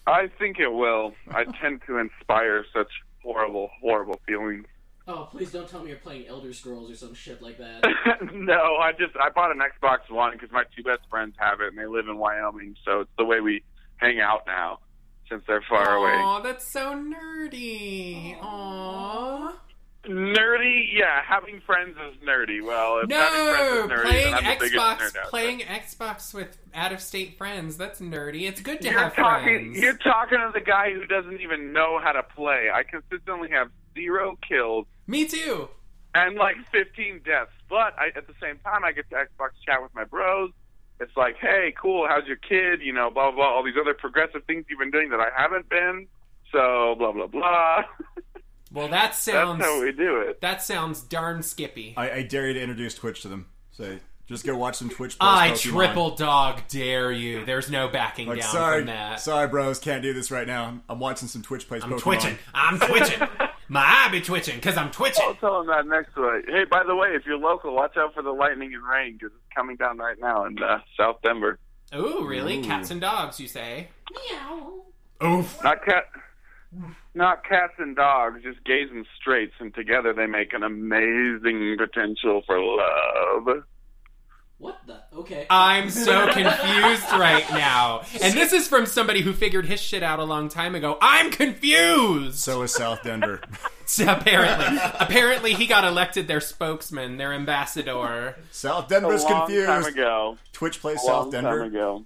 I think it will. I tend to inspire such horrible, horrible feelings.
Oh, please don't tell me you're playing Elder Scrolls or some shit like that.
no, I just I bought an Xbox One because my two best friends have it, and they live in Wyoming, so it's the way we hang out now since they're far away.
Aw, that's so nerdy. Aw.
Nerdy, yeah, having friends is nerdy. Well, if having
No,
friends is nerdy,
playing
then I'm the biggest
Xbox,
nerd out
playing Xbox with out-of-state friends. That's nerdy. It's good to
there. You're
have
talking.
friends.
You're talking to the guy who doesn't even know how to play. I consistently have zero kills
Me too.
and like 15 deaths. But I, at the same time, I get to Xbox chat with my bros. It's like, hey, cool, how's your kid? You know, blah, blah, blah, all these other progressive things you've been doing that I haven't been. So, blah, blah, blah.
Well, that
That's
sounds
how we do it.
that sounds darn skippy.
I, I dare you to introduce Twitch to them. Say, just go watch some Twitch. plays
I
Pokemon.
triple dog dare you. There's no backing
Like,
down
sorry,
from that.
sorry, bros, can't do this right now. I'm, I'm watching some Twitch plays.
I'm
Pokemon.
twitching. I'm twitching. My eye be twitching because I'm
I'll
twitching.
tell him that next way. Hey, by the way, if you're local, watch out for the lightning and rain because it's coming down right now in uh, South Denver.
Ooh, really?
Ooh.
Cats and dogs, you say? Meow. Oof.
Not cat. Not cats and dogs, just gays and straights, and together they make an amazing potential for love.
what the? Okay.
Uh,
I'm so confused right now. And this is from somebody who figured his shit out a long time ago. I'm confused.
So is South Denver.
apparently, apparently he got elected their spokesman, their ambassador.
South
A
Denver's
long
confused.
time ago.
Twitch plays
A
South
long
Denver.
time ago.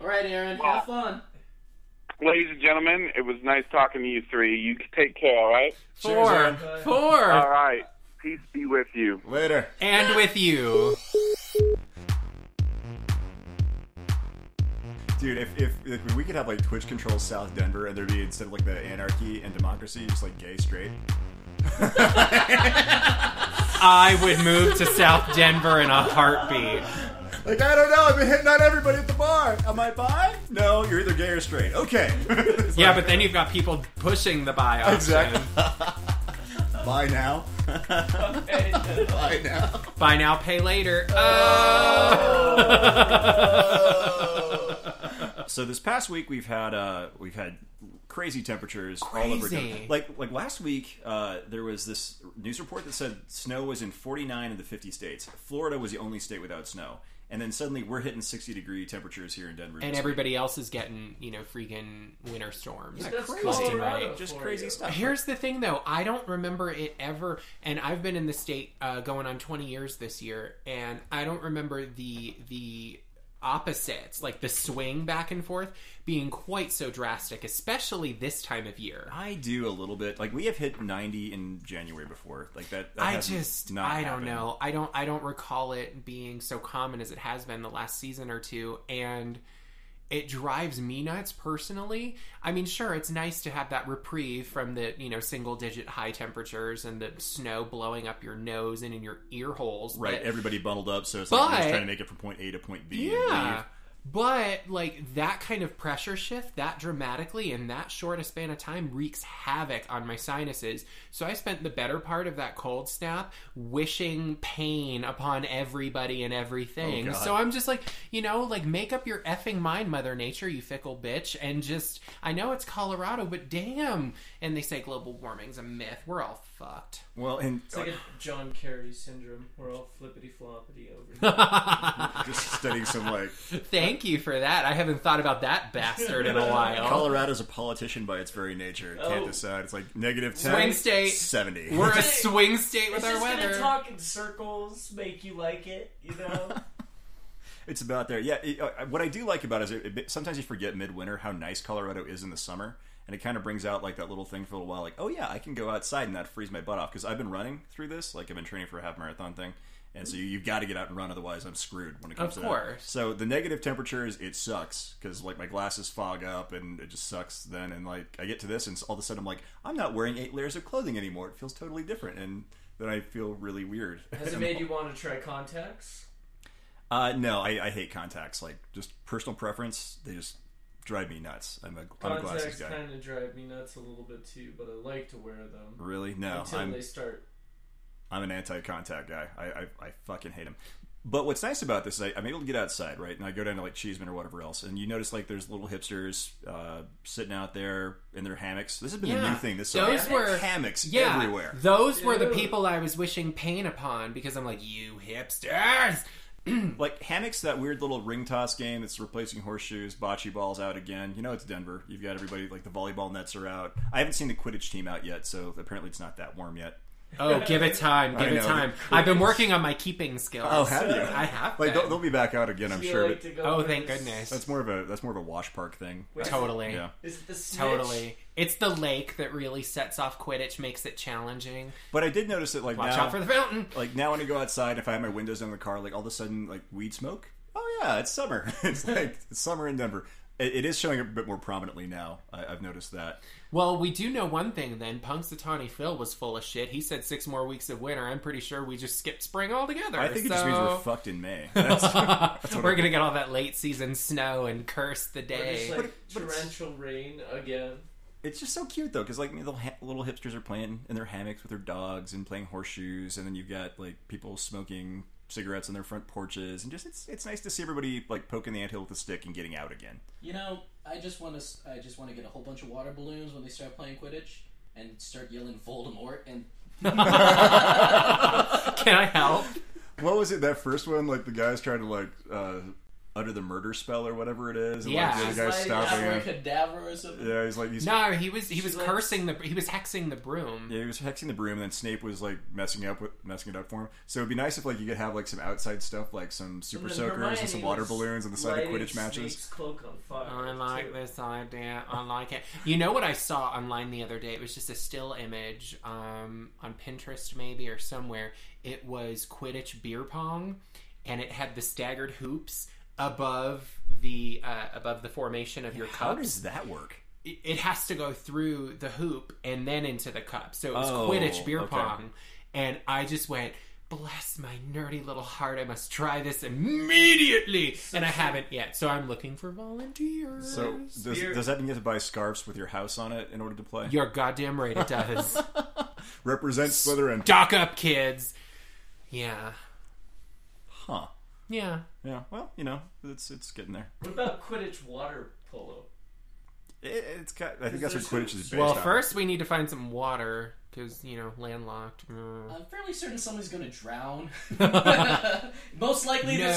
All right, Aaron. Have fun.
Ladies and gentlemen, it was nice talking to you three. You take care, all right?
Four,
Aaron.
four,
Uh,
All right. Peace be with you.
Later.
and with you.
Dude, if, if, if we could have like Twitch controls South Denver and there'd be instead of like the anarchy and democracy, just like gay straight.
I would move to South Denver in a heartbeat.
Like I don't know, I've been hitting on everybody at the bar. Am I bi? No, you're either gay or straight. Okay. It's
Yeah,
like,
but then you've got people pushing the buy option.
Exactly. Bye now. Bye now.
Buy now, pay later. Oh.
Oh. So this past week we've had uh we've had crazy temperatures all over.
Crazy.
Denver. Like like last week uh, there was this news report that said snow was in 49 of the 50 states. Florida was the only state without snow. And then suddenly we're hitting 60 degree temperatures here in Denver.
and
this week.
everybody else is getting, you know, freaking winter storms.
That's
crazy,
Colorado
right?
for
just crazy
you.
stuff.
Here's the thing, though. I don't remember it ever, and I've been in the state uh, going on 20 years this year, and I don't remember the the opposites, like the swing back and forth, being quite so drastic, especially this time of year.
I do a little bit. Like we have hit 90 in January before. Like that. that
I
has
just,
not
I don't
happened.
know. I don't, I don't recall it being so common as it has been the last season or two, and it drives me nuts personally. I mean, sure, it's nice to have that reprieve from the, you know, single digit high temperatures and the snow blowing up your nose and in your ear holes,
Right,
but-
everybody bundled up, so it's like we're just
But-
trying to make it from point A to point B. And
yeah.
leave.
But like that kind of pressure shift, that dramatically in that short a span of time wreaks havoc on my sinuses. So I spent the better part of that cold snap wishing pain upon everybody and everything.
Oh, God.
so I'm just like, you know, like make up your effing mind, Mother Nature, you fickle bitch, and just I know it's Colorado, but damn. And they say global warming's a myth. We're all fucked.
Well, and
It's like a John Kerry syndrome. We're all flippity floppity over. here.
just studying some like
Thank you for that. I haven't thought about that bastard in a while.
Colorado's a politician by its very nature. It can't
Oh.
decide. It's like negative
Swing
10,
state.
70.
We're a swing state with
it's
our
just
weather.
gonna talk in circles, make you like it, you know.
it's about there. Yeah, it, uh, what I do like about it is it, it, sometimes you forget midwinter how nice Colorado is in the summer. and it kind of brings out like that little thing for a little while, like, oh yeah, I can go outside and that frees my butt off because I've been running through this, like I've been training for a half marathon thing, and so you, you've got to get out and run, otherwise I'm screwed when it comes
Of
to
course.
That. So the negative temperatures, it sucks because like my glasses fog up and it just sucks. Then and like I get to this and all of a sudden I'm like, I'm not wearing eight layers of clothing anymore. It feels totally different, and then I feel really weird.
Has it
And-
made you want to try contacts?
uh, no, I, I hate contacts. Like just personal preference, they just drive me nuts. I'm a, I'm a glasses
Contacts
guy.
kind of drive me nuts a little bit too, but I like to wear them
Really? No,
until
I'm
they start.
I'm an anti-contact guy. I, I, I fucking hate him. But what's nice about this is I, I'm able to get outside, right? And I go down to like Cheeseman or whatever else, and you notice like there's little hipsters uh, sitting out there in their hammocks. This has been a
Yeah.
new thing. This
Those
summer.
were-
hammocks
Yeah,
everywhere.
Those were the
Ew.
people I was wishing pain upon because I'm like, you hipsters.
Like hammocks, that weird little ring toss game that's replacing horseshoes. Bocce balls out again. You know it's Denver. You've got everybody like the volleyball nets are out. I haven't seen the Quidditch team out yet, so apparently it's not that warm yet.
Oh, give it time, give
I
it
know.
time. I've been working on my keeping skills.
Oh, have you?
I have.
Like
been.
they'll, they'll be back out again, I'm
Do you
sure.
like
But
to go
oh,
with
thank
this-
goodness.
that's more of a that's more of a wash park thing.
Wait,
totally.
Yeah.
Is it the snitch?
Totally. It's the lake that really sets off Quidditch, makes it challenging.
But I did notice that like
Watch
now,
out for the fountain.
like now when I go outside, if I have my windows on the car, like all of a sudden, like weed smoke. Oh yeah, it's summer. it's like it's summer in Denver. It, it is showing up a bit more prominently now. I, I've noticed that.
Well, we do know one thing then. Punxsutawney Phil was full of shit. He said six more weeks of winter. I'm pretty sure we just skipped spring altogether.
I think it
so...
just means we're fucked in May. That's, that's what
We're
I-
gonna get all that late season snow and curse the
Or just
day.
like
But it- but it's-
torrential rain again.
It's just so cute though, because like the little, ha- little hipsters are playing in their hammocks with their dogs and playing horseshoes, and then you've got like people smoking cigarettes on their front porches, and just it's it's nice to see everybody like poking the anthill with a stick and getting out again.
You know, I just want to. I just want to get a whole bunch of water balloons when they start playing Quidditch and start yelling Voldemort and
Can I help?
what was it that first one like the guys trying to like uh utter the murder spell or whatever it is and
Yeah.
like,
She's
the other guy's
like,
stopping him
abracadabra or something.
yeah he's like he's
No, he was he was
She's like-
cursing the he was hexing the broom.
yeah, he was hexing the broom, and then Snape was like messing up with messing it up for him. So it'd be nice if like you could have like some outside stuff, like some super
And then
soakers
Hermione
and some water
was
balloons on the side of
lighting
Quidditch matches.
Snape's cloak on fire.
I like
too.
this idea. I like it. You know what I saw online the other day? It was just a still image um, on Pinterest, maybe, or somewhere. It was Quidditch beer pong, and it had the staggered hoops above the uh, above the formation of your
How
cups.
does that work?
it it has to go through the hoop and then into the cup. So it was
Oh,
Quidditch beer
okay.
pong. And I just went, bless my nerdy little heart. I must try this immediately. and I haven't yet. So I'm looking for volunteers.
So does,
Beer-
does that mean you have to buy scarves with your house on it in order to play?
You're goddamn right it does.
Represent Slytherin,
Dock up, kids. Yeah.
huh?
Yeah.
Yeah. Well, you know, it's it's getting there.
What about Quidditch water polo?
It, it's got. I think
Is
that's what
there
Quidditch
some-
is based
Well,
on.
first we need to find some water because, you know, landlocked. Mm.
I'm fairly certain someone's going to drown. Most likely the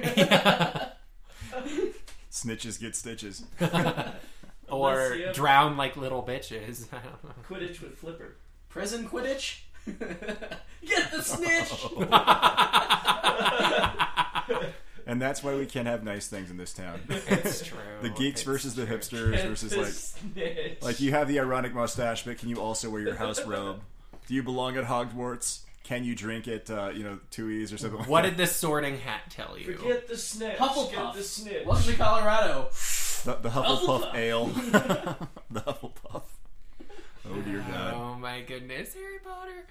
snitch.
snitches get stitches.
or
Unless you have-
drown like little bitches. I don't know.
Quidditch with flipper.
Prison Quidditch. Get the snitch.
And that's why we can't have nice things in this town.
It's true.
The geeks
It's
versus the
true.
hipsters versus like
snitch.
like you have the ironic mustache, but can you also wear your house robe? Do you belong at Hogwarts? Can you drink at uh, you know Tui's or something? like
What
that?
did the sorting hat tell you?
Forget the snitch. Get
Hufflepuff.
the snitch.
Welcome to Colorado.
the, the Hufflepuff
Hufflepuff.
ale? the Hufflepuff. Oh dear God!
Oh my goodness, Harry Potter.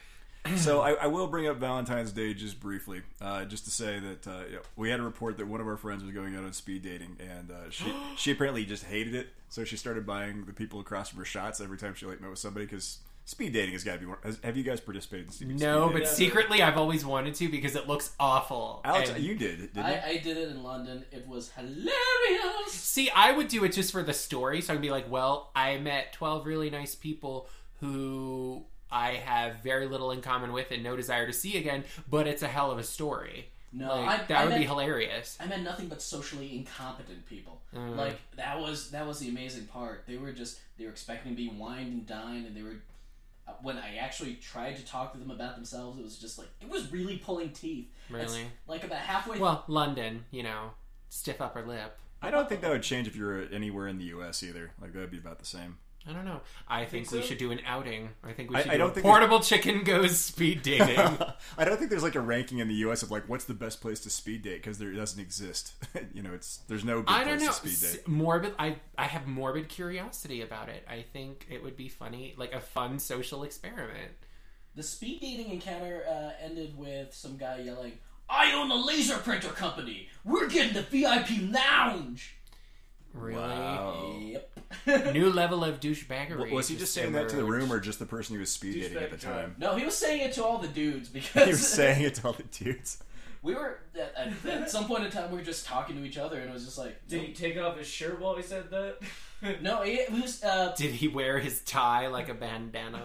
So I, I will bring up Valentine's Day just briefly, uh, just to say that uh, you know, we had a report that one of our friends was going out on speed dating, and uh, she she apparently just hated it. So she started buying the people across from her shots every time she like met with somebody because speed dating has got to be. one- Has, have you guys participated in speed speed dating?
No, but
Yeah.
secretly I've always wanted to because it looks awful.
Alex,
And-
you did, didn't you?
I, I did it in London. It was hilarious.
See, I would do it just for the story, so I can be like, well, I met 12 really nice people who I have very little in common with and no desire to see again, but it's a hell of a story.
No,
Like,
I,
that
I
would
met,
be hilarious.
I met nothing but socially incompetent people.
Mm.
Like that was that was the amazing part. They were just they were expecting to be wined and dined, and they were. uh, When I actually tried to talk to them about themselves, it was just like it was really pulling teeth. It's
Really?
like about halfway.
Well, London, you know, stiff upper lip.
I don't think that would change if you were anywhere in the U.S. either. Like that'd be about the same.
I don't know. I think,
so?
we should do an outing. I think we
I-
should
I
do
don't
a
think-
portable chicken goes speed dating.
I don't think there's like a ranking in the U.S. of like what's the best place to speed date because there it doesn't exist. you know, it's there's no good
I
place
don't know.
to speed
S-
date.
Morbid. I I have morbid curiosity about it. I think it would be funny, like a fun social experiment.
The speed dating encounter uh, ended with some guy yelling, "I own a laser printer company. We're getting the VIP lounge."
Really,
Wow.
Yep.
new level of douchebaggery.
W- was he just saying that to the
emerged.
room or just the person he was speed dating at the
Douchebag
time?
no, he was saying it to all the dudes because
He was saying it to all the dudes.
we were at, at, at some point in time we were just talking to each other and it was just like,
Did he take off his shirt while he said that?
no, he, he was. Uh,
Did he wear his tie like a bandana?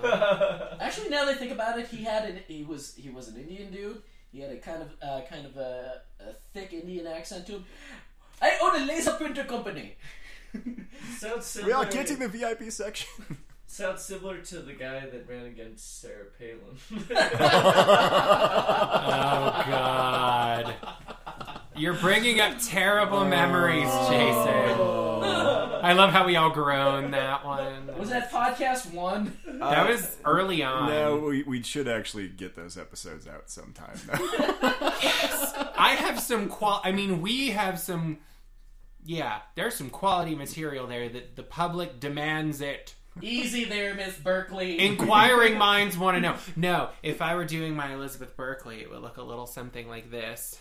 no.
actually, now that I think about it, he had an he was he was an Indian dude. He had a kind of uh, kind of a, a thick Indian accent to him. I own a laser printer company.
Sounds similar.
We are getting the VIP section.
Sounds similar to the guy that ran against Sarah Palin.
oh God! You're bringing up terrible
Oh.
memories, Jason. I love how we all groan that one.
Was that podcast one?
That was early on.
no, we, we should actually get those episodes out sometime.
I have some qual. I mean, we have some. Yeah, there's some quality material there that the public demands it.
Easy there, Miss Berkeley.
Inquiring minds want to know. No, if I were doing my Elizabeth Berkley, it would look a little something like this.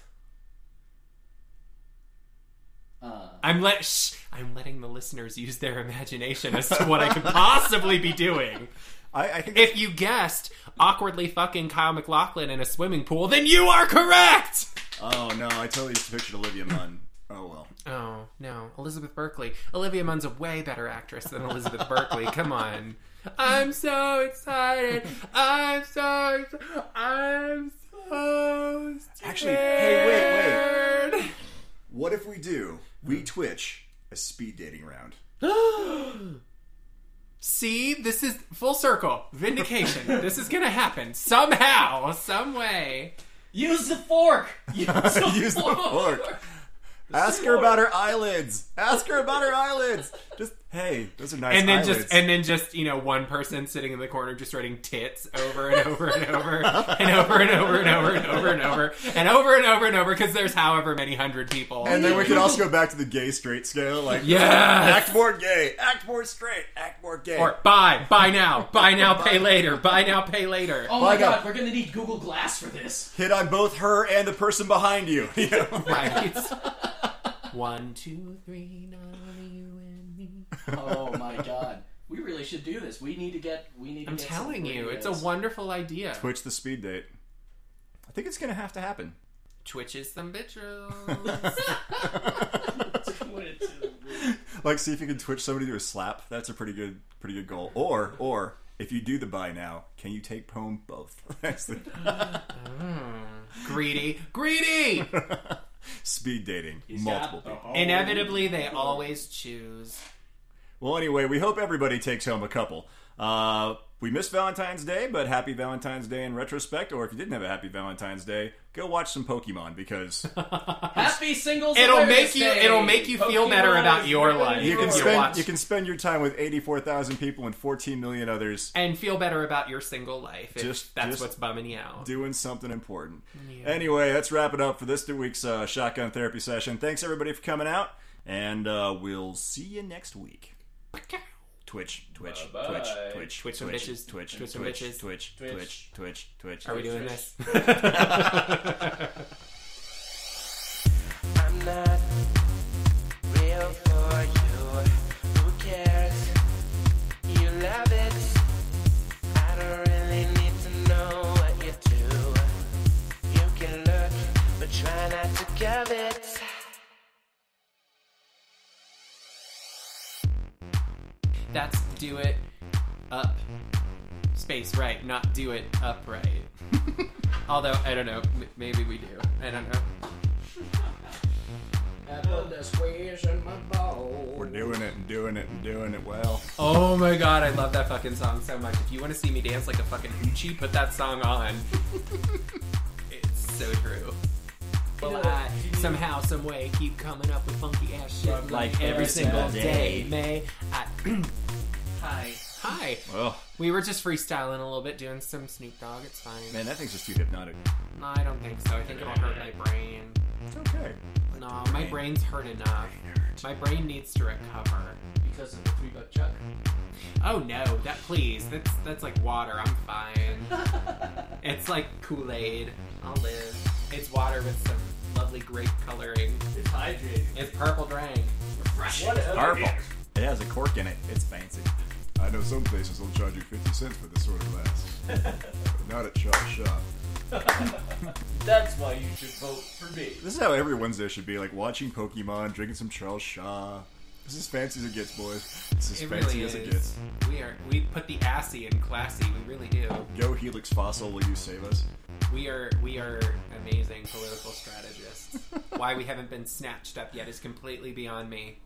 Uh,
I'm let. Shh, I'm letting the listeners use their imagination as to what I could possibly be doing.
I, I think
If you guessed awkwardly fucking Kyle McLaughlin in a swimming pool, then you are correct.
Oh no, I totally just pictured Olivia Munn. Oh well.
Oh no, Elizabeth Berkley. Olivia Munn's a way better actress than Elizabeth Berkley. Come on. I'm so excited. I'm so. ex- I'm so.
Actually, hey,
wait, wait.
What if we do? We Twitch a speed dating round.
See, this is full circle vindication. this is gonna happen somehow, some way.
use the fork. Use the
Use the fork. Ask her about her eyelids. Ask her about her eyelids. Just hey, those are nice.
and then
eyelids.
just and then just you know one person sitting in the corner just writing tits over and over and over and over and over and over and over and over and over and over and over because there's however many hundred people.
And then we could also go back to the gay straight scale, like
Oh, yes.
act more gay, act more straight, act more gay.
Or buy, buy now, buy now, pay later, buy now, pay later.
Oh my
Like a-
god, we're gonna need Google Glass for this.
Hit on both her and the person behind you. you know?
Right. One, two, three, now only you and me.
Oh my god, we really should do this. We need to get. We need. To
I'm
get some
telling you, it's a
videos.
wonderful idea.
Twitch the speed date. I think it's gonna have to happen.
Twitches some bitches.
Went into the room.
Like, see if you can twitch somebody to a slap. That's a pretty good, pretty good goal. Or, or if you do the buy now, can you take home both? That's the-
greedy, greedy.
Speed dating,
got
multiple
the
people.
whole-
Inevitably, they always choose.
Well, anyway, we hope everybody takes home a couple. Uh, we missed Valentine's Day, but happy Valentine's Day in retrospect. Or if you didn't have a happy Valentine's Day, go watch some Pokemon because
Happy singles.
It'll
Awareness
make you.
Day.
It'll make you feel
Pokemon
better about
is
your
better than
life.
you
You
can
watch-
spend you can spend your time with eighty four thousand people and fourteen million others
and feel better about your single life. If
Just-
that's
just
what's bumming you out.
doing something important. Anyway, that's wrapping up for this week's uh, Shotgun Therapy session. Thanks everybody for coming out, and uh, we'll see you next week. Twitch, Twitch,
Bye-bye.
Twitch, Twitch,
Twitch some
Twitch,
bitches.
Twitch,
Twitch some
Twitch,
bitches.
Twitch,
Twitch.
Twitch, Twitch, Twitch.
Are we doing this?
I'm not real for you. Who cares? You love it. I don't really need to know what you do. You can look, but try not to covet.
That's do it up space right, not do it upright. Although I don't know, m- maybe we do. I don't know.
I put the squeeze in my bowl.
We're doing it and doing it and doing it well.
Oh my god, I love that fucking song so much. If you want to see me dance like a fucking hoochie, put that song on. it's so true. Will I somehow, some way, keep coming up with funky ass shit like every single day? May I?
Hi.
Hi.
Well,
We were just freestyling a little bit, doing some Snoop Dogg. It's fine.
man, that thing's just too hypnotic.
No, I don't think so. I think it'll hurt my brain.
It's okay.
No, my brain's hurt enough. My brain needs to recover.
because of the three buck chuck.
Oh no, that please. That's that's like water. I'm fine. it's like Kool Aid. I'll live. It's water with some lovely grape coloring.
It's hydrating.
It's purple drink.
What else?
Purple. It has a cork in it. It's fancy.
I know some places will charge you 50 cents for this sort of glass. but not at Shop Shop.
That's why you should vote for me.
This is how every Wednesday should be like watching Pokemon, drinking some Charles Shaw. This is fancy as it gets, boys. This is
It
fancy
really
as
is.
it gets.
We are we put the assy in classy. We really do.
Go Helix Fossil, will you save us?
We are we are amazing political strategists. Why we haven't been snatched up yet is completely beyond me.